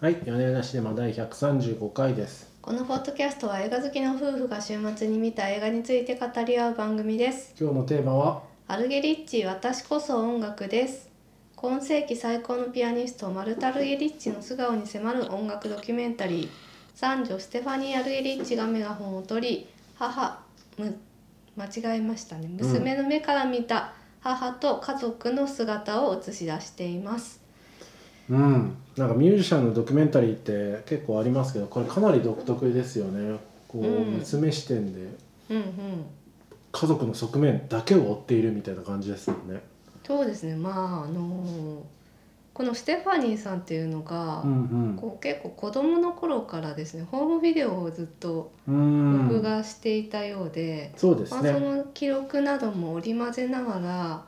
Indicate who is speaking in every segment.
Speaker 1: はい、屋根裏シネマ第135回です。
Speaker 2: このポッドキャストは映画好きの夫婦が週末に見た映画について語り合う番組です。
Speaker 1: 今日のテーマは、
Speaker 2: アルゲリッチ私こそ音楽です。今世紀最高のピアニストマルタ・アルゲリッチの素顔に迫る音楽ドキュメンタリー三女ステファニー・アルゲリッチがメガホンを取り母む間違えましたね娘の目から見た母と家族の姿を映し出しています。
Speaker 1: うん、なんかミュージシャンのドキュメンタリーって結構ありますけど、これかなり独特ですよね。こう、
Speaker 2: うん
Speaker 1: 娘視点で
Speaker 2: うんうん
Speaker 1: 家族の側面だけを追っているみたいな感じですよね。
Speaker 2: そうですねまああのこのステファニーさんっていうのが、
Speaker 1: うん
Speaker 2: こう結構子供の頃からですねホームビデオをずっと
Speaker 1: うん。
Speaker 2: 録
Speaker 1: うん。
Speaker 2: 画していたようで、
Speaker 1: そうです
Speaker 2: まあ、そ
Speaker 1: ね。
Speaker 2: の記録なども織り交ぜながら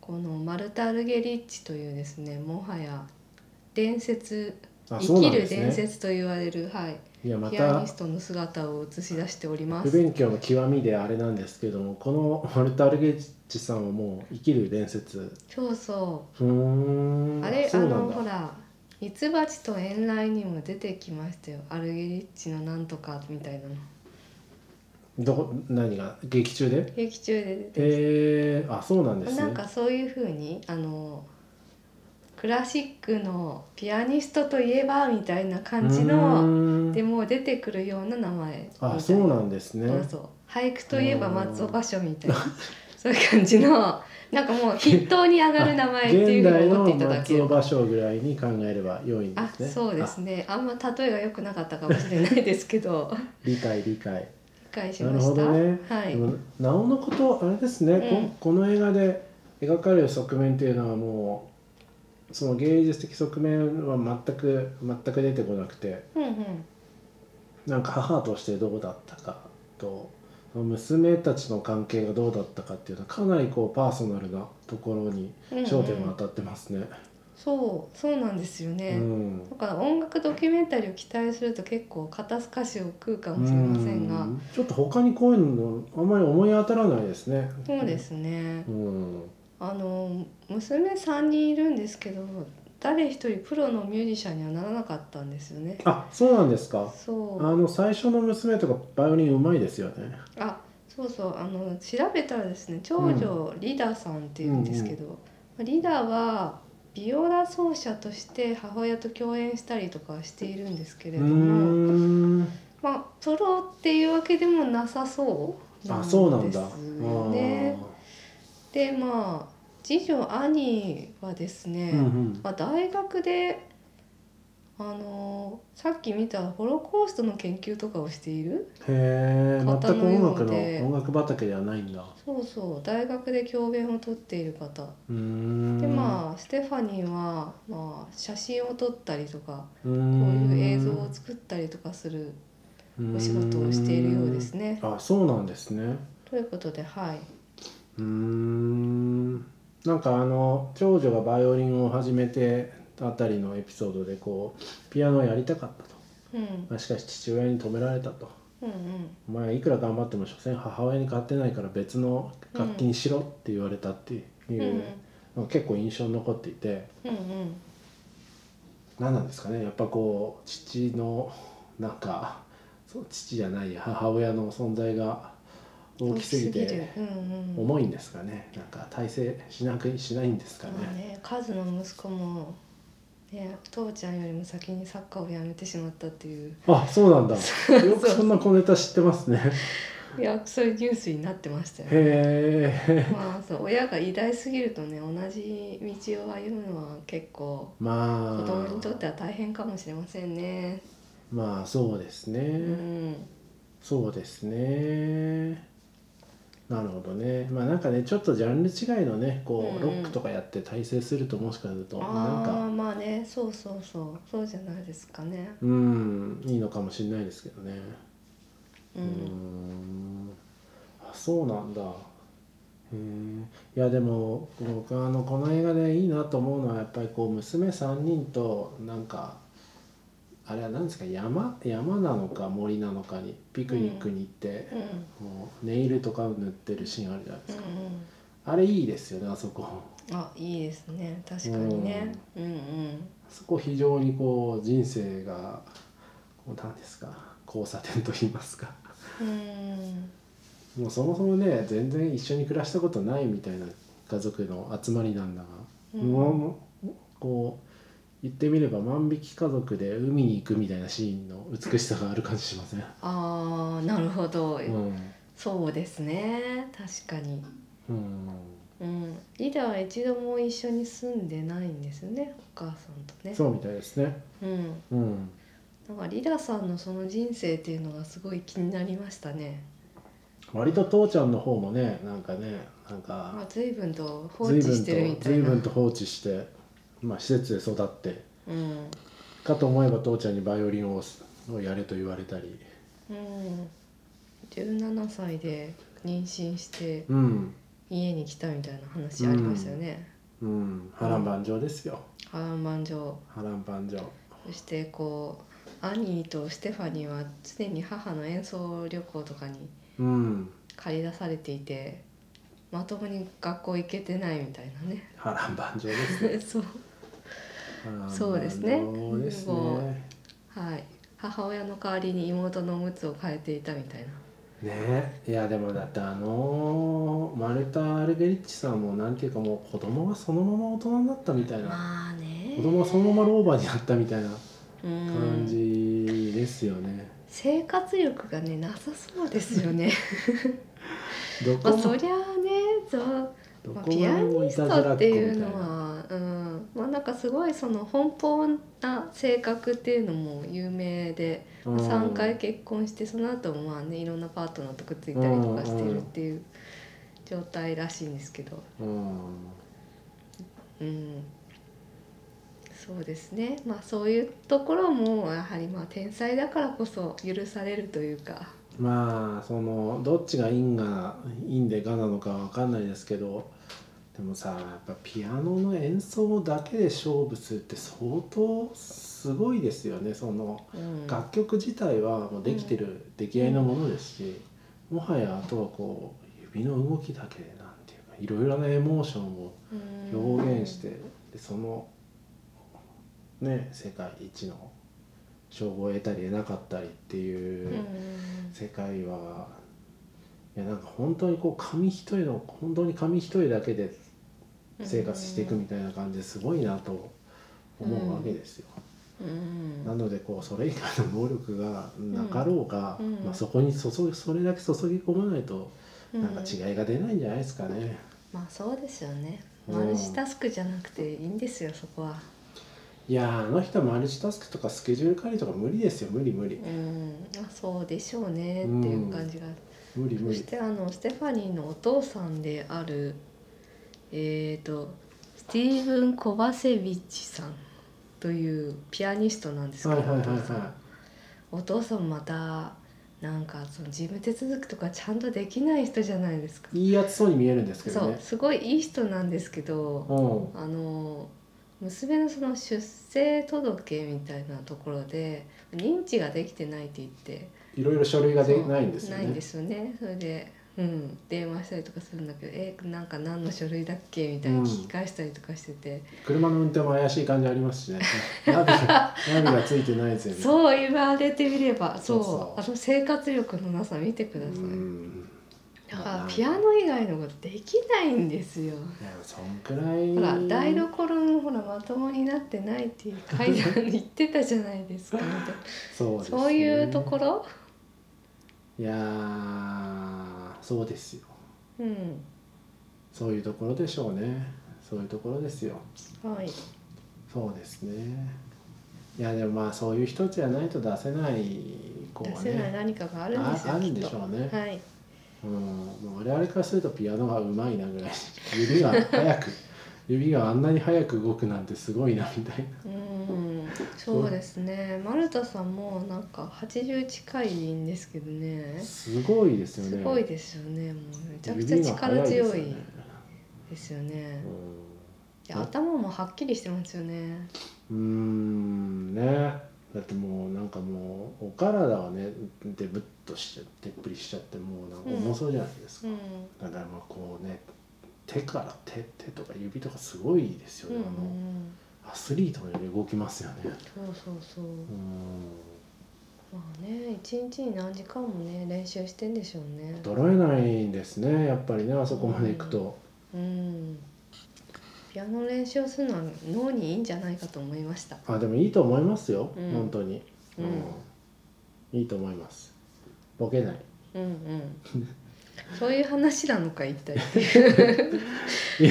Speaker 2: このマルタ・アルゲリッチというですねもはや伝説
Speaker 1: あ、そう
Speaker 2: 生
Speaker 1: な
Speaker 2: き
Speaker 1: んで
Speaker 2: る
Speaker 1: す
Speaker 2: 伝
Speaker 1: ね。
Speaker 2: 説と言われる、はい
Speaker 1: いや、ま
Speaker 2: ピア
Speaker 1: た
Speaker 2: ニストの姿を映し出しておりま
Speaker 1: 不
Speaker 2: す。
Speaker 1: 勉強の極みであれなんですけども、この マルタ・アルゲッチさんはもう生きる伝説。
Speaker 2: そうそう
Speaker 1: ふーん。
Speaker 2: あれあ
Speaker 1: そうな
Speaker 2: の
Speaker 1: んだ
Speaker 2: ほらミツバチと遠雷にも出てきましたよアルゲリッチのなんとかみたいなの
Speaker 1: どこ何が劇中で
Speaker 2: 劇中で出てきた、
Speaker 1: えー、あそうなんですね
Speaker 2: なんかそういうふうにあのクラシックのピアニストといえばみたいな感じ
Speaker 1: う
Speaker 2: の
Speaker 1: ーん
Speaker 2: でもう出てくるような名前みたい
Speaker 1: あそうなんですね
Speaker 2: そうそう俳句といえば松尾芭蕉みたいな そういう感じのなんかもう筆頭に上がる名前ってい
Speaker 1: 現
Speaker 2: うふう
Speaker 1: 代
Speaker 2: に思
Speaker 1: の
Speaker 2: っていただけ
Speaker 1: 松
Speaker 2: れ
Speaker 1: 尾
Speaker 2: ば
Speaker 1: 芭蕉ぐらいに考えれば良いんで
Speaker 2: あ
Speaker 1: すね
Speaker 2: そうですねあんま例えが良くなかったかもしれないですけ ど
Speaker 1: あ理解理解、
Speaker 2: 理解しました
Speaker 1: なるほどね
Speaker 2: はい
Speaker 1: でもなおのことあれですね、
Speaker 2: うん
Speaker 1: ここの映画で描かれる側面っていうのはもうその芸術的側面は全く全く出てこなくて
Speaker 2: うんうん
Speaker 1: なんか母としてどうだったかと娘たちの関係がどうだったかっていうのはかなりこうパーソナルなところに
Speaker 2: うんうん
Speaker 1: 焦点が当たってますね。
Speaker 2: そうそうなんですよ
Speaker 1: う
Speaker 2: ね、
Speaker 1: ん。
Speaker 2: だから音楽ドキュメンタリーを期待すると結構肩透かしを食うかもしれませんが、
Speaker 1: うんちょっと他にこういうのあんまり思い当たらないですね。
Speaker 2: そうで。すね
Speaker 1: うん。
Speaker 2: あの娘3人いるんですけど誰一人プロのミュージシャンにはならなかったんですよね
Speaker 1: あ、そうなんですか。あ
Speaker 2: そう
Speaker 1: の最初の娘とかバイオリンうまいですよね。
Speaker 2: あそうそうあの調べたらですね長女リダさんっていうんですけど、リダはビオラ奏者として母親と共演したりとかはしているんですけ
Speaker 1: う
Speaker 2: れ
Speaker 1: ー
Speaker 2: ども。
Speaker 1: ん。
Speaker 2: まあ、プロっていうわけでもなさそう
Speaker 1: あ、そうなんだ。あ
Speaker 2: ですよね。でまあ次女兄はですね、
Speaker 1: ーうんうん。
Speaker 2: まあ、大学であのーさっき見たホロコーストの研究とかをしている
Speaker 1: へえ、全く
Speaker 2: 方の
Speaker 1: 音
Speaker 2: よ
Speaker 1: 楽
Speaker 2: う
Speaker 1: の
Speaker 2: で
Speaker 1: 音楽畑ではないんだ。
Speaker 2: そうそう大学で教鞭を取っている方
Speaker 1: うーん。
Speaker 2: でまあステファニーは、まあ、写真を撮ったりとか
Speaker 1: こう
Speaker 2: こういう映像を
Speaker 1: を
Speaker 2: 作ったりとかするお仕事をしているようですね。
Speaker 1: あ、そうなんですね。
Speaker 2: ということではいう
Speaker 1: ーんなんかあの長女がバイオリンを始めてあたりのエピソードでこうピアノをやりたかったと
Speaker 2: うん
Speaker 1: しかし父親に止められたと
Speaker 2: うんうん
Speaker 1: お前いくら頑張っても所詮母親に買ってないから別の楽器にしろって言われたっていう
Speaker 2: うんうん
Speaker 1: のが結構印象に残っていて
Speaker 2: うんうん
Speaker 1: 何なんですかねやっぱこう父のなんかそう父じゃないや母親の存在が大きすぎ
Speaker 2: 大き
Speaker 1: て
Speaker 2: うんうん、
Speaker 1: 重いんですかねなんか体制しなくしないんですかね
Speaker 2: まあ。ねカズの息子も、ね、父ちゃんよりも先にサッカーをやめてしまったっていう
Speaker 1: あ、そうなんだ。よくそんな小ネタ知ってますね。
Speaker 2: いやそういうニュースになってましたよね
Speaker 1: へえ。
Speaker 2: まあそう親が偉大すぎるとね同じ道を歩むのは結構
Speaker 1: まあ。
Speaker 2: 子供にとっては大変かもしれませんね
Speaker 1: まあ、そうですね。
Speaker 2: うん
Speaker 1: そうですね。なるほどね。まあ、なんかね、ちょっとジャンル違いのね、こ
Speaker 2: うんう
Speaker 1: う、ロッ
Speaker 2: ん
Speaker 1: クとかやって体制すると、もしかすると、なん
Speaker 2: ああ
Speaker 1: か。
Speaker 2: まあねそうそうそうそうじゃないですかね
Speaker 1: うん、いいのかもしれないですけどね。
Speaker 2: うん、
Speaker 1: うーんあそうなんだへえいやでも僕あのこの映画でいいなと思うのはやっぱりこう娘3人となんかあれは何ですか山山なのか森なのかにピクニックに行って
Speaker 2: うん、、
Speaker 1: もうネイルとかを塗ってるシーンあるじゃないで
Speaker 2: うん
Speaker 1: すか、
Speaker 2: うん
Speaker 1: あれいいですよねあそこ
Speaker 2: あいいですね確かにねうんうん
Speaker 1: そこ非常にこう人生がこう何ですか交差点と言いますか
Speaker 2: うん
Speaker 1: もうそもそもね全然一緒に暮らしたことないみたいな家族の集まりなんだが、
Speaker 2: うん
Speaker 1: もうこう言ってみれば万引き家族で海に行くみたいなシーンの美しさがある感じしません、
Speaker 2: あーなるほど、
Speaker 1: うん
Speaker 2: そうですね確かに、
Speaker 1: うん、
Speaker 2: うん、リダは一度も一緒に住んでないんですよねお母さんとね
Speaker 1: そうみたいですね、
Speaker 2: うん
Speaker 1: うん、
Speaker 2: なんかリダさんのその人生っていうのがすごい気になりましたね、
Speaker 1: 割と父ちゃんの方もねなんかねなん
Speaker 2: ま
Speaker 1: か
Speaker 2: あ、随分と放
Speaker 1: 随
Speaker 2: 置
Speaker 1: 分
Speaker 2: してるみ
Speaker 1: と
Speaker 2: たい
Speaker 1: 随
Speaker 2: な
Speaker 1: 分と放置して、まあ、施設で育って
Speaker 2: うん
Speaker 1: かと思えば父ちゃんにバイオリンををやれと言われたり、
Speaker 2: うん、17歳で妊娠して
Speaker 1: うん
Speaker 2: 家に来たみたいな話ありましたよね、
Speaker 1: うん、波乱万丈ですよ
Speaker 2: 波乱万丈
Speaker 1: 波乱万丈
Speaker 2: そしてこうアニーとステファニーは常に母の演奏旅行とかに
Speaker 1: うん
Speaker 2: 駆り出されていてまともに学校行けてないみたいなね
Speaker 1: 波乱万丈ですね
Speaker 2: そう
Speaker 1: 波乱万丈
Speaker 2: そうですね
Speaker 1: です
Speaker 2: もう
Speaker 1: ね
Speaker 2: はい母親の代わりに妹のおむつを変えていたみたいな
Speaker 1: ねいやでもだってあのマルタ・アルゲリッチさんもなんていうかもう子供がそのまま大人になったみたいな
Speaker 2: まあね
Speaker 1: 子供がそのまま老婆になったみたいな感
Speaker 2: うん、
Speaker 1: じですよね、
Speaker 2: 生活力がねなさそうですよね
Speaker 1: ど
Speaker 2: ま
Speaker 1: こ
Speaker 2: あ
Speaker 1: も、
Speaker 2: そりゃあねそう
Speaker 1: ど
Speaker 2: まあ
Speaker 1: こ
Speaker 2: ピ
Speaker 1: ま
Speaker 2: ア
Speaker 1: でも
Speaker 2: ニ
Speaker 1: い
Speaker 2: ス
Speaker 1: たずら
Speaker 2: ト
Speaker 1: っ
Speaker 2: っ
Speaker 1: 子
Speaker 2: て
Speaker 1: みた
Speaker 2: い
Speaker 1: いう
Speaker 2: の
Speaker 1: な
Speaker 2: は、うんまあ、なんかすごいその奔放な性格っていうのも有名で、
Speaker 1: うん
Speaker 2: 3回結婚してその後もまあねいろんなパートナーとくっついたりとかしているっていう状態らしいんですけど、
Speaker 1: うん
Speaker 2: うん、そうですね、まあ、そういうところもやはりまあ天才だからこそ許されるというか。
Speaker 1: まあそのどっちが因が因でがなのかわかんないですけどでもさやっぱピアノの演奏だけで勝負するって相当すごいですよねその
Speaker 2: うん
Speaker 1: 楽曲自体はもうできてる出来合いのものですしもはやあとはこう指の動きだけでなんていうかいろいろなエモーションを表現してでそのね世界一の称号を得たり得なかったりっていうう。
Speaker 2: ん
Speaker 1: 世界はいやなんか本当にこう紙一重の本当に紙一重だけで生活していくみたいな感じですごいなと思うわけですよ。
Speaker 2: うん
Speaker 1: なのでこうそれ以外の能力がなかろうが、
Speaker 2: うんうん
Speaker 1: まあ、そこに注ぎそれだけ注ぎ込まないと
Speaker 2: うん
Speaker 1: なんか違いが出ないんじゃないですかね。
Speaker 2: まあそうですよね。
Speaker 1: うん
Speaker 2: マルチタスクじゃなくていいんですよそこは。
Speaker 1: いやーあの人はマルチタスクとかスケジュール管理とか無理ですよ無理無理
Speaker 2: うん、まあそうでしょうねっていう感じが。
Speaker 1: 無理無
Speaker 2: そし
Speaker 1: 理
Speaker 2: てあのステファニーのお父さんであるえー、とスティーブン・コバセビッチさんというピアニストなんです
Speaker 1: は
Speaker 2: け
Speaker 1: い
Speaker 2: ど、
Speaker 1: はいはい
Speaker 2: お父さん
Speaker 1: は
Speaker 2: お父さんまたなんかその事務手続きとかちゃんとできない人じゃないですか。
Speaker 1: いいいやつそうに見えるんですけど
Speaker 2: そう
Speaker 1: ね。
Speaker 2: すごいいい人なんですけど。
Speaker 1: うん
Speaker 2: あの娘のその出生届みたいなところで認知ができてないって言って
Speaker 1: いろいろ書類がで
Speaker 2: そう
Speaker 1: ないんですよ
Speaker 2: ないん
Speaker 1: ね
Speaker 2: で。すよねそれで、うん、電話したりとかするんだけど「えなんか何の書類だっけ?」みたいに聞き返したりとかしてて、
Speaker 1: 車の運転も怪しい感じありますしね ナビがナビがついてないですよね
Speaker 2: そう言われてみればそ
Speaker 1: そ
Speaker 2: う
Speaker 1: うそう
Speaker 2: あの生活力のなさ見てください、
Speaker 1: ん
Speaker 2: だからピアノ以外のことできないんですよ
Speaker 1: いやそんくらい
Speaker 2: ほら台所のほらまともになってないっていう階段に言ってたじゃないですかみたいな
Speaker 1: そうですね
Speaker 2: そういうところ
Speaker 1: いやーそうですよ
Speaker 2: うん
Speaker 1: そういうところでしょうねそういうところですよ
Speaker 2: はい
Speaker 1: そうですねいやでもまあそういう人じゃないと出せない子
Speaker 2: 出
Speaker 1: は
Speaker 2: せない
Speaker 1: ね
Speaker 2: 何かがあるんですよ
Speaker 1: ああ
Speaker 2: き
Speaker 1: るん
Speaker 2: っ
Speaker 1: で
Speaker 2: と
Speaker 1: しょうね
Speaker 2: はい
Speaker 1: うんもう我々からするとピアノがうまいなぐらい指が早 く指があんなに早く動くなんてすごいなみたいな
Speaker 2: うんそうですね丸田さんもなんか80近いんですけどね
Speaker 1: すごいですよね
Speaker 2: すごいですよねもうめちゃくちゃ力強いですよねで頭もはっきりしてますよね
Speaker 1: うんうーんねだってもうなんかもうお体はねデブっとしてでっぷりしちゃってもうなんか重そうじゃないです
Speaker 2: う
Speaker 1: か、
Speaker 2: ん
Speaker 1: だからまあこうね手から手手とか指とかすごいですよ
Speaker 2: う
Speaker 1: ね、
Speaker 2: ん
Speaker 1: アスリートのように動きますよね
Speaker 2: そうそうそう
Speaker 1: うん
Speaker 2: まあね一日に何時間もね練習してんでしょうね
Speaker 1: 衰えないんですねやっぱりねあそこまで行くと、
Speaker 2: うんピアノ練習するのは脳にいいんじゃないかと思いました
Speaker 1: あでもいいと思いますよ、
Speaker 2: うん
Speaker 1: 本当に、
Speaker 2: うん
Speaker 1: いいと思いますボケない
Speaker 2: うんうん そういう話なのか一体
Speaker 1: いや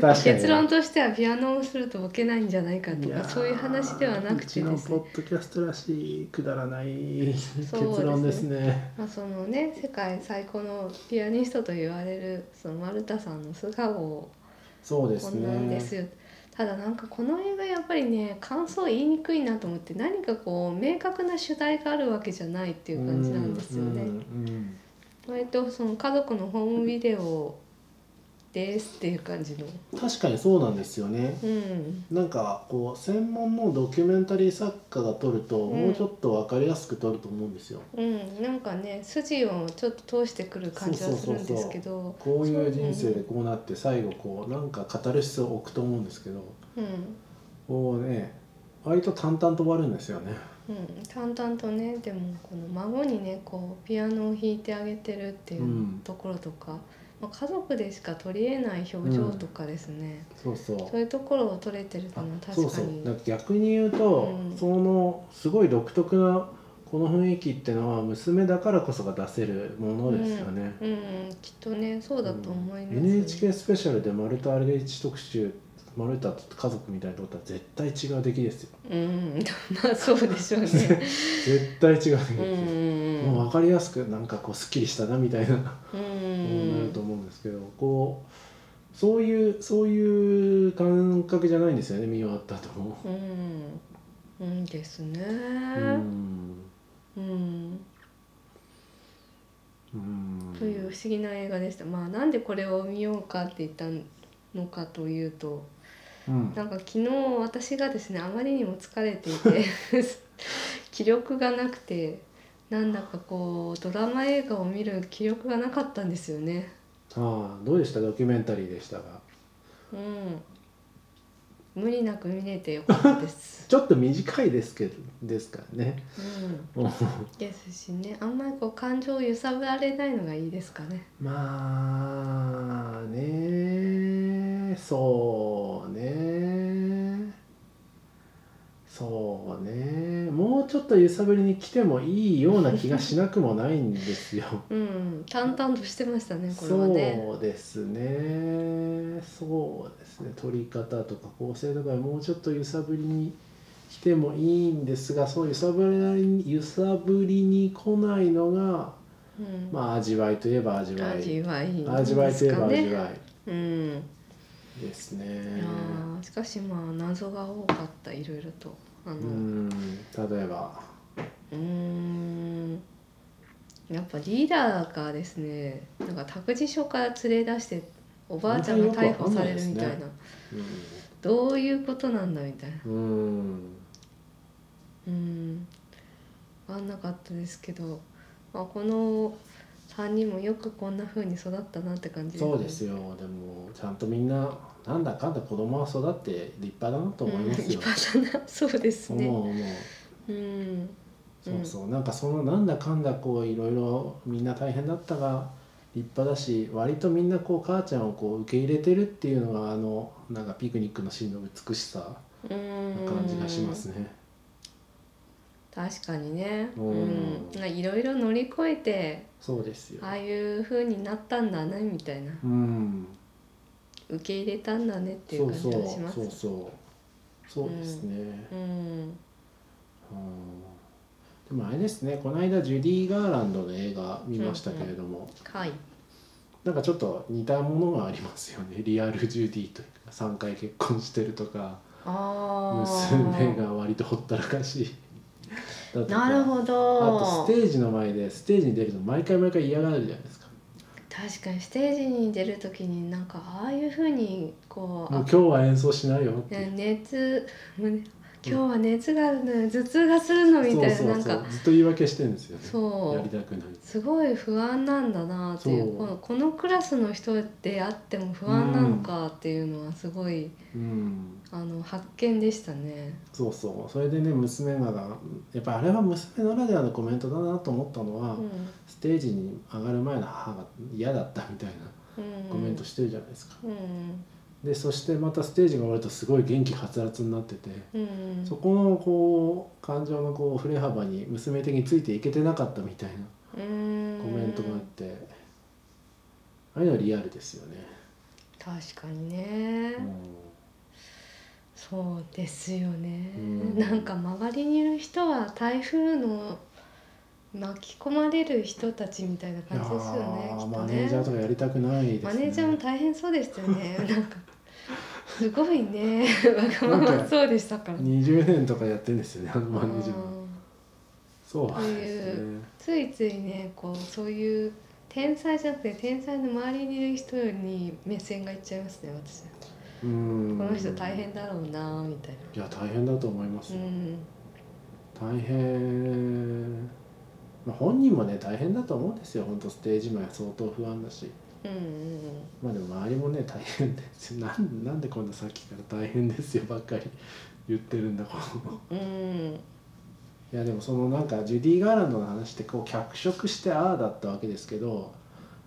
Speaker 1: 確かに
Speaker 2: 結論としてはピアノをするとボケないんじゃ ないかと
Speaker 1: いやー
Speaker 2: かそういう話ではなくてで
Speaker 1: う
Speaker 2: す
Speaker 1: ちの
Speaker 2: ね
Speaker 1: ポッドキャストらしいくだらない結
Speaker 2: そうですね
Speaker 1: 論ですね
Speaker 2: まあそのね世界最高のピアニストと言われるその丸田さんの素顔を
Speaker 1: そうで
Speaker 2: こ
Speaker 1: す
Speaker 2: んなんです
Speaker 1: ね
Speaker 2: よただなんかこの映画やっぱりね感想言いにくいなと思って何かこう明確な主題があるわけじゃないっていう感じなんですよね。
Speaker 1: うんうん
Speaker 2: 割とその家族のホームビデオですっていう感じの。
Speaker 1: うん確かにそうなんですよね
Speaker 2: うん、
Speaker 1: なんかこう専門のドキュメンタリー作家が撮ると、
Speaker 2: うん
Speaker 1: もうちょっと分かりやすく撮ると思うんですよ
Speaker 2: うん、なんかね筋をちょっと通してくる感じはするんですけど
Speaker 1: こういう人生でこうなって最後こうなんかカタルシスを置くと思うんですけど
Speaker 2: うん、
Speaker 1: こうね割と淡々と終わるんですよね
Speaker 2: うん、淡々とねでもこの孫にねこうピアノを弾いてあげてるっていうところとか、まあ、家族でしか取り得ない表情とかですね、
Speaker 1: そうそう
Speaker 2: そういうところを取れてる
Speaker 1: あ
Speaker 2: のは確か
Speaker 1: そ
Speaker 2: に
Speaker 1: うそうだから逆に言うと、
Speaker 2: うん
Speaker 1: そのすごい独特なこの雰囲気ってのは娘だからこそが出せるものですよね、
Speaker 2: うん、うんきっとねそうだと思います、
Speaker 1: うん NHK スペシャルで「マルタ RH 特集」「マルタと家族」みたいなことは絶対違う出来ですよ
Speaker 2: うん、まあそうでしょう ね。
Speaker 1: 絶対違う出来です
Speaker 2: う
Speaker 1: よ、
Speaker 2: ん、
Speaker 1: もう分かりやすくなんかこうすっきりしたなみたいな
Speaker 2: う
Speaker 1: ものになる
Speaker 2: ん
Speaker 1: と、思うんですけど、こうそういうそういう感覚じゃないんですよね見終わったとも、
Speaker 2: うん、うんですね。
Speaker 1: うん
Speaker 2: うん、
Speaker 1: うん、
Speaker 2: という不思議な映画でした。まあなんでこれを見ようかって言ったのかというと、
Speaker 1: うん、
Speaker 2: なんか昨日私がですねあまりにも疲れていて 気力がなくて。なんだかこうドラマ映画を見る気力がなかったんですよね。
Speaker 1: ああどうでしたドキュメンタリーでしたが
Speaker 2: うん、無理なく見れてよかったです。
Speaker 1: ちょっと短いですけどですからね
Speaker 2: うん
Speaker 1: うん
Speaker 2: ですしねあんまりこう感情を揺さぶられないのがいいですかね
Speaker 1: まあねそうねそうねもうちょっと揺さぶりに来てもいいような気がしなくもないんですよ
Speaker 2: うん淡々としてましたねこれはね
Speaker 1: そうですねそうですね撮り方とか構成とかもうちょっと揺さぶりに来てもいいんですがそう揺さぶりに揺さぶりに来ないのが
Speaker 2: う、ん
Speaker 1: まあ味わいといえば味わい
Speaker 2: 味わいなん
Speaker 1: 味わい
Speaker 2: で
Speaker 1: とい
Speaker 2: す
Speaker 1: えば
Speaker 2: か
Speaker 1: 味
Speaker 2: ね
Speaker 1: わい
Speaker 2: うん
Speaker 1: ですね
Speaker 2: いやーしかしまあ謎が多かったいろいろとあの
Speaker 1: う
Speaker 2: うん
Speaker 1: 例えば
Speaker 2: ーんやっぱリーダーがですねなんか託児所から連れ出しておばあちゃんが逮捕されるみたい
Speaker 1: あんまりよくわ
Speaker 2: な
Speaker 1: かんないですねう
Speaker 2: どういうことなんだみたいなんうん、わかんなかったですけど、まあ、この3人もよくこんな風に育ったなって感じ
Speaker 1: そうです
Speaker 2: よ
Speaker 1: よでもちゃんとみんななんだかんだ子供は育って立派だなと思いますよ、
Speaker 2: うん、立派だなそうです
Speaker 1: 思
Speaker 2: ね
Speaker 1: う思う
Speaker 2: うん
Speaker 1: そうそうなんかそのなんだかんだこういろいろみんな大変だったが立派だし割とみんなこう母ちゃんをこう受け入れてるっていうのがあのなんかピクニックのシーンの美しさ
Speaker 2: うん
Speaker 1: な感じがしますね。
Speaker 2: 確かにね
Speaker 1: う
Speaker 2: うんんなんかいろいろ乗り越えて
Speaker 1: そうですよ。
Speaker 2: ああいう風になったんだねみたいな
Speaker 1: うん。
Speaker 2: 受け入れたんだねってい
Speaker 1: そうう
Speaker 2: 感
Speaker 1: そ
Speaker 2: じ
Speaker 1: う
Speaker 2: がします
Speaker 1: そうそうそうですね。
Speaker 2: うん
Speaker 1: うん。でもあれですねこの間ジュディ・ガーランドの映画見ましたけれども、
Speaker 2: はい
Speaker 1: なんかちょっと似たものがありますよねリアルジュディというか3回結婚してるとか。
Speaker 2: ああ
Speaker 1: 娘が割とほったらかしいだとか
Speaker 2: なるほど
Speaker 1: あとステージの前でステージに出るの毎回毎回嫌がるじゃないですか
Speaker 2: 確かにステージに出る時になんかああいうふうにこう
Speaker 1: もう
Speaker 2: あ
Speaker 1: 今日は演奏しないよって、
Speaker 2: ね熱胸今日は熱があるのよ頭痛がするのみたい
Speaker 1: そう
Speaker 2: な
Speaker 1: そうそう
Speaker 2: なんか
Speaker 1: ずっと言い訳してるんですよね
Speaker 2: そう
Speaker 1: やりたくない
Speaker 2: すごい不安なんだなってい
Speaker 1: そう
Speaker 2: うこのこのクラスの人であっても不安なのかっていうのはすごい、
Speaker 1: うん
Speaker 2: あの発見でしたね。
Speaker 1: そうそうそれでね娘がなやっぱりあれは娘ならではのコメントだなと思ったのは、
Speaker 2: うん
Speaker 1: ステージに上がる前の母が嫌だったみたいな
Speaker 2: うん、
Speaker 1: コメントしてるじゃないですか、
Speaker 2: うん
Speaker 1: でそしてまたステージが終わるとすごい元気はつらつになってて、
Speaker 2: うん、
Speaker 1: そこのこう感情のこう振れ幅に娘的についていけてなかったみたいな
Speaker 2: コメ
Speaker 1: コメントがあって、ああいうのリアルですよね、
Speaker 2: 確かにね、そうですよね、
Speaker 1: うん
Speaker 2: なんか周りにいる人は台風の巻き込まれる人たちみたいな
Speaker 1: うん
Speaker 2: 感じですよね
Speaker 1: いや
Speaker 2: き
Speaker 1: ー
Speaker 2: っ
Speaker 1: マ
Speaker 2: と
Speaker 1: ネ
Speaker 2: ね
Speaker 1: ージャーとかやりたくないですね
Speaker 2: マネージャーも大変そうでしたよねなんかすごいねわがまま そうでしたから。
Speaker 1: 20年とかやってるんですよねあのマネージャー
Speaker 2: う
Speaker 1: も
Speaker 2: ん
Speaker 1: そうなんです
Speaker 2: そうい
Speaker 1: ね
Speaker 2: ついついねこうそういう天才じゃなくて天才の周りにいる人に目線がいっちゃいますね私は
Speaker 1: うん
Speaker 2: この人大変だろうなみたい
Speaker 1: いや大変だと思います
Speaker 2: なう
Speaker 1: よ、
Speaker 2: ん
Speaker 1: 大変、まあ、本人もね大変だと思うんですよ本当ステージ前は相当不安だし
Speaker 2: うんうん
Speaker 1: まあでも周りもね大変です よなんなんでこんなさっきから大変ですよばっかり言ってるんだこの
Speaker 2: うんうん
Speaker 1: いやでもそのなんかジュディ・ガーランドの話ってこう脚色してああだったわけですけど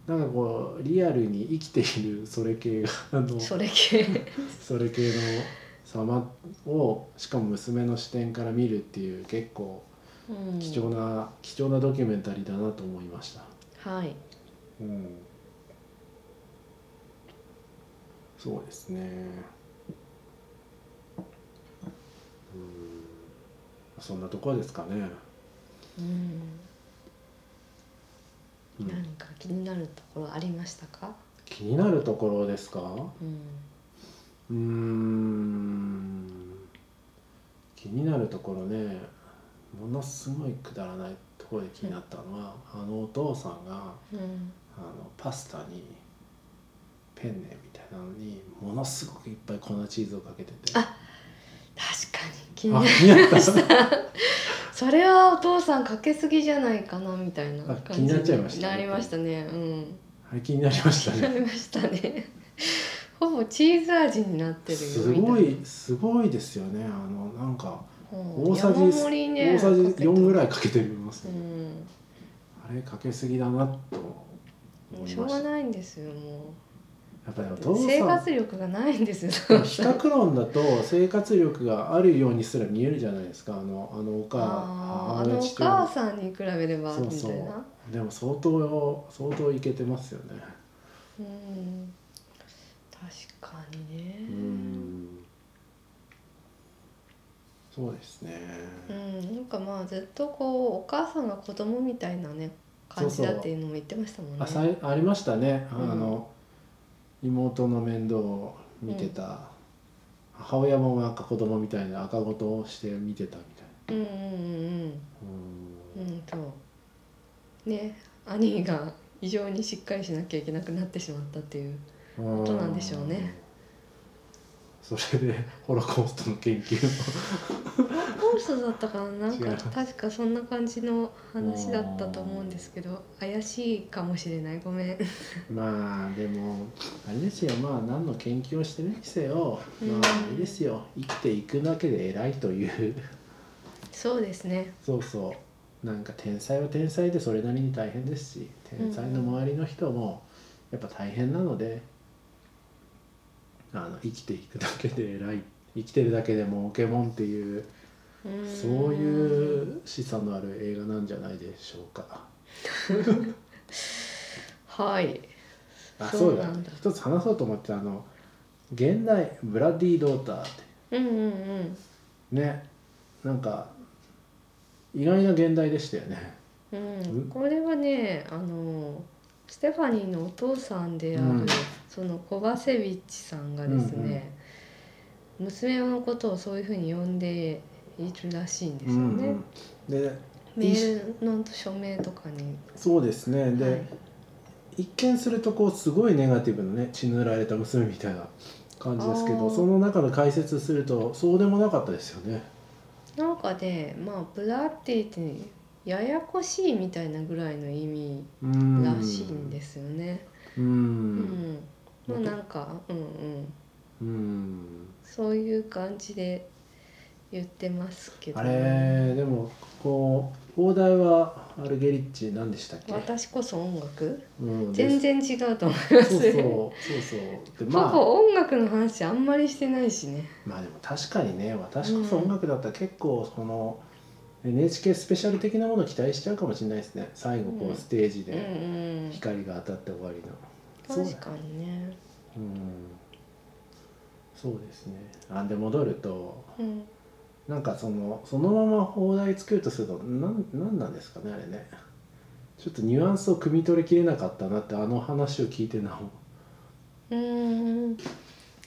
Speaker 1: なんかこうリアルに生きているそれ系があの
Speaker 2: それ系
Speaker 1: それ系の様をしかも娘の視点から見るっていう結構
Speaker 2: うん
Speaker 1: 貴重な、貴重なドキュメンタリーだなと思いました。
Speaker 2: はい
Speaker 1: うん、そうですねうんそんなところですかね、
Speaker 2: う
Speaker 1: う
Speaker 2: ん
Speaker 1: ん
Speaker 2: 何か気になるところありましたか
Speaker 1: 気になるところですか
Speaker 2: うん
Speaker 1: うーん気になるところねものすごいくだらないところで気になったのは、あのお父さんが
Speaker 2: うん
Speaker 1: あのパスタにペンネみたいなのにものすごくいっぱい粉チーズをかけてて
Speaker 2: あ確かに気にな
Speaker 1: あ
Speaker 2: る
Speaker 1: 気になった
Speaker 2: それはお父さんかけすぎじゃないかなみたいな
Speaker 1: あ
Speaker 2: 感じ
Speaker 1: 気になっちゃいました
Speaker 2: なりましたねうん
Speaker 1: はい、気になりました
Speaker 2: なり
Speaker 1: ね。
Speaker 2: ましたねほぼチーズ味になってるよ
Speaker 1: すごい、すごいですよね。あの、なんか、大
Speaker 2: 大
Speaker 1: さじ、
Speaker 2: 山盛りね
Speaker 1: 大さじ四ぐら
Speaker 2: い
Speaker 1: いかけてみます
Speaker 2: う
Speaker 1: ね、
Speaker 2: ん
Speaker 1: あれ、かけすぎだなと
Speaker 2: も
Speaker 1: 思
Speaker 2: う
Speaker 1: い
Speaker 2: しょ
Speaker 1: ま
Speaker 2: う
Speaker 1: した。
Speaker 2: が
Speaker 1: や
Speaker 2: ないんですよも
Speaker 1: っぱり、お
Speaker 2: う
Speaker 1: 父
Speaker 2: 生
Speaker 1: さん。
Speaker 2: 活力がないんですよ
Speaker 1: 比較論だと生活力があるようにすら見えるじゃないですかあのあのお母
Speaker 2: あー
Speaker 1: 母
Speaker 2: あ
Speaker 1: 親
Speaker 2: のお
Speaker 1: 父親
Speaker 2: 母さんに比べれば
Speaker 1: そう
Speaker 2: み
Speaker 1: そ
Speaker 2: た
Speaker 1: う
Speaker 2: いな
Speaker 1: でも相当相当いけてますよね
Speaker 2: うん確かにね
Speaker 1: うんそうですね、
Speaker 2: うんなんかまあずっとこうお母さんが子供みたいなね感じだっていうのも言ってましたもんね
Speaker 1: あさいありましたね、
Speaker 2: うん
Speaker 1: あの妹の面倒を見てた、母親もなんか子供みたいな赤子として見てたみたい
Speaker 2: うんうんうんう
Speaker 1: な、
Speaker 2: んうんそうね兄が異常にしっかりしなきゃいけなくなってしまったっていう
Speaker 1: うん
Speaker 2: ことなんでしょうね
Speaker 1: それでホロコーストの研究を
Speaker 2: ホースだったかななん
Speaker 1: 違い
Speaker 2: か
Speaker 1: ます
Speaker 2: 確かそんな感じの話だったと思うんですけど怪しいかもしれないご めん
Speaker 1: まあでもあれですよまあ何の研究をしてるにせよまああれですよ生きていくだけで偉いという
Speaker 2: そうですね
Speaker 1: そうそうなんか天才は天才でそれなりに大変ですし天才の周りの人もやっぱ大変なので、あの生きていくだけで偉い生きてるだけで儲けもんっていう
Speaker 2: うん
Speaker 1: そういう資産のある映画なんじゃないでしょうか
Speaker 2: はい
Speaker 1: あ
Speaker 2: そ
Speaker 1: そうう
Speaker 2: な
Speaker 1: だ
Speaker 2: んだ
Speaker 1: 一つ話そうと思ってたあの現代ブラッディ・ドーターって
Speaker 2: うんうんうん
Speaker 1: ねなんか意外な現代でしたよね
Speaker 2: うん
Speaker 1: う、
Speaker 2: これはねあのステファニーのお父さんである、
Speaker 1: うん
Speaker 2: そのコバセビッチさんがですね、娘のことをそういうふうに呼んでいるらしいんですよね、
Speaker 1: うんうん、で
Speaker 2: メールの署名とかに。
Speaker 1: そうですねで、
Speaker 2: はい
Speaker 1: 一見するとこうすごいネガティブなね血塗られた娘みたいな感じですけ
Speaker 2: あ
Speaker 1: ど
Speaker 2: ー
Speaker 1: その中の解説するとそうでもなかったですよね
Speaker 2: なんかねまあブラッディってややこしいみたいなぐらいの意味
Speaker 1: うん
Speaker 2: らしいんですよね。
Speaker 1: う
Speaker 2: うん
Speaker 1: ん、
Speaker 2: まあなんかうんうん
Speaker 1: うん、
Speaker 2: そういう感じで言ってますけど、
Speaker 1: あれでもこう放題はアルゲリッチ何でしたっけ、
Speaker 2: 私こそ音楽
Speaker 1: うん、
Speaker 2: 全
Speaker 1: で
Speaker 2: 然違うと思います。
Speaker 1: そうそうそうそうで
Speaker 2: 過
Speaker 1: ま
Speaker 2: 去
Speaker 1: あ
Speaker 2: 音楽の話あんまりしてないしね。
Speaker 1: まあでも確かにね私こそ音楽だったら結構その NHK スペシャル的なもの期待しちゃうかもしれないですね最後こ
Speaker 2: う
Speaker 1: うんステージ
Speaker 2: うんう
Speaker 1: で
Speaker 2: ん。
Speaker 1: 光が当たって終わりの、そうだ
Speaker 2: 確かにね。
Speaker 1: うんそうですねあで戻ると
Speaker 2: うん。
Speaker 1: なんかそのそのまま放題作るとするとなんなんなんですかねあれねちょっとニュアンスを汲み取りきれなかったなってあの話を聞いてなお
Speaker 2: うーん。な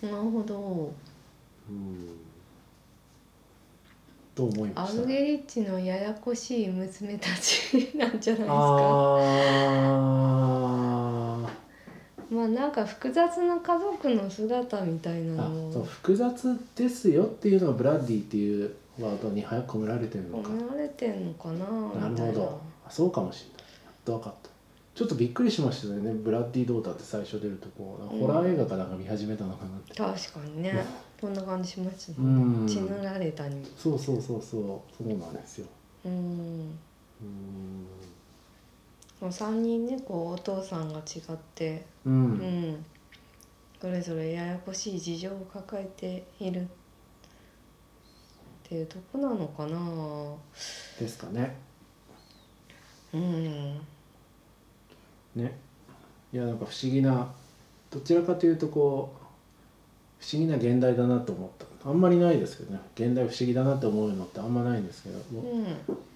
Speaker 2: るほど。
Speaker 1: うんと思いま
Speaker 2: ア
Speaker 1: した
Speaker 2: ルゲリッチのややこしい娘たちなんじゃないですか。
Speaker 1: あ
Speaker 2: まあなんか複雑な家族の姿みたい
Speaker 1: ー
Speaker 2: なの
Speaker 1: あそう
Speaker 2: を
Speaker 1: 複雑ですよっていうのがブラッディっていうワードに早く込められてるのか、
Speaker 2: 込められてんのかな
Speaker 1: な
Speaker 2: みた
Speaker 1: るほ
Speaker 2: いな。
Speaker 1: どあそうかもしれないやっと分かったちょっとびっくりしましたよねブラッディ・ドーターって最初出るとこう
Speaker 2: うん
Speaker 1: ホラー映画かなんか見始めたのかなって、
Speaker 2: 確かにね。そんな感じしますね。
Speaker 1: うん
Speaker 2: 血塗られたに。
Speaker 1: そうそうそうそうそうなんですよ
Speaker 2: うん。
Speaker 1: うーん
Speaker 2: もう三人ねこうお父さんが違って。
Speaker 1: う
Speaker 2: うんん、それぞれややこしい事情を抱えているっていうとこなのかな
Speaker 1: ですかね
Speaker 2: うん
Speaker 1: ねいやなんか不思議などちらかというとこう不思議な現代だなと思ったあんまりないですけどね現代不思議だなと思うのってあんまないんですけど、
Speaker 2: う
Speaker 1: もうん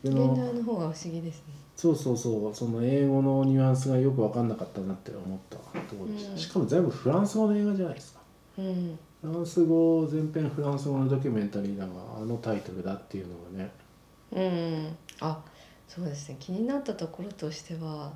Speaker 1: で
Speaker 2: 現
Speaker 1: も
Speaker 2: 代の方が不思議ですね
Speaker 1: そうそうそうその英語のニュアンスがよく分かんなかったなって思ったところでした、
Speaker 2: うん
Speaker 1: しかも全部フランス語の映画じゃないですか
Speaker 2: うん
Speaker 1: フランス語全編フランス語のドキュメンタリーだがあのタイトルだっていうのがね
Speaker 2: うんあそうですね気になったところとしては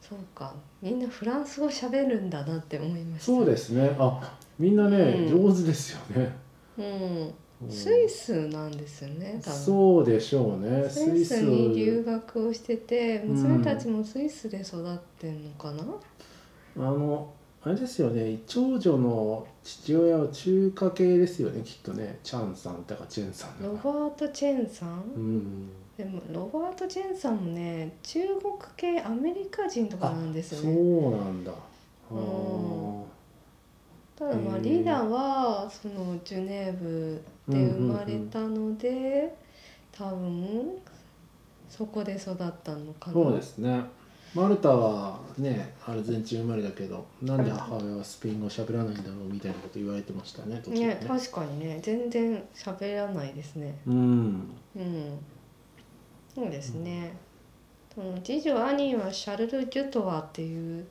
Speaker 2: そうかみんなフランス語喋るんだなって思いました
Speaker 1: そうですねあみんなね、
Speaker 2: うん
Speaker 1: 上手ですよね、
Speaker 2: うん
Speaker 1: うん
Speaker 2: スイスなんですよね多分
Speaker 1: そうでしょうね
Speaker 2: スイスに留学をしてて
Speaker 1: うん
Speaker 2: 娘たちもスイスで育ってんのかな、
Speaker 1: あのあれですよね長女の父親は中華系ですよねきっとねチャンさんとかチェンさん
Speaker 2: ロ
Speaker 1: とか
Speaker 2: バート・チェンさん、
Speaker 1: うん
Speaker 2: でもロバート・チェンさんもね中国系アメリカ人とかなんですよ
Speaker 1: そ
Speaker 2: ね
Speaker 1: うなんだあ
Speaker 2: うん
Speaker 1: ー
Speaker 2: ただまあ
Speaker 1: へー
Speaker 2: リーダーはそのジュネーブで生まれたので、多分そこで育ったのかな
Speaker 1: そうですねマルタはねアルゼンチン生まれだけどなんで母親はスペイン語喋らないんだろうみたいなこと言われてましたね途中
Speaker 2: ね
Speaker 1: ね
Speaker 2: 確かにね全然喋らないですね
Speaker 1: うん
Speaker 2: うんそうですね、その次女兄はシャルル・デュトワっていう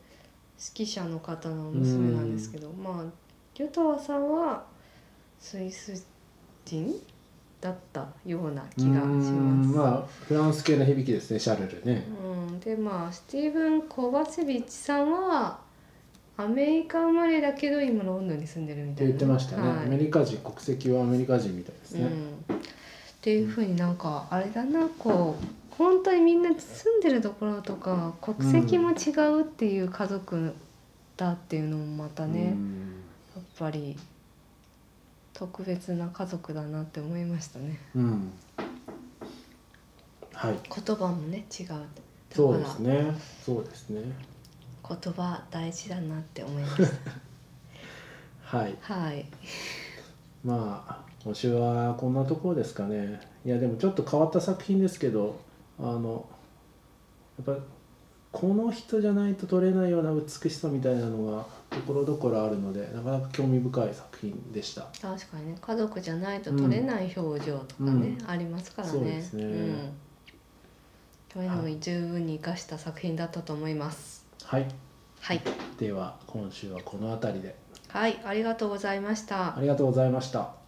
Speaker 2: 指揮者の方の娘なんですけど、まあデュトワさんはスイス人だったような気がします。
Speaker 1: うんまあフランス系の響きですねシャルルね
Speaker 2: うん、でまあスティーブン・コバセビッチさんはアメリカ生まれだけど今ロンドンに住んでるみ
Speaker 1: ったて
Speaker 2: いな
Speaker 1: 言ってましたね、
Speaker 2: は
Speaker 1: ア
Speaker 2: い
Speaker 1: メリカ人国籍はアメリカ人みたいです
Speaker 2: う
Speaker 1: ね、
Speaker 2: ん、っていうふうになんかあれだなこう本当にみんな住んでるところとか国籍も違うっていう家族だっていうのもまたね、
Speaker 1: うん
Speaker 2: やっぱり特別な家族だなって思いましたね
Speaker 1: うんはい
Speaker 2: 言葉もね違うだか
Speaker 1: そうですねそうですね
Speaker 2: ら言葉大事だなって思いまし
Speaker 1: はい
Speaker 2: たはい
Speaker 1: まあ今週はこんなところですかねいやでもちょっと変わった作品ですけどあのやっぱこの人じゃないと撮れないような美しさみたいなのがところどころあるのでなかなか興味深い作品でした
Speaker 2: 確かにね家族じゃないと撮れない表情とかね、ありますからね
Speaker 1: そうですね
Speaker 2: ん、そういうのを十分に生かした作品だったと思います
Speaker 1: はい
Speaker 2: はい、
Speaker 1: では今週はこの辺りで
Speaker 2: はい、ありがとうございました
Speaker 1: あ。りがとうございました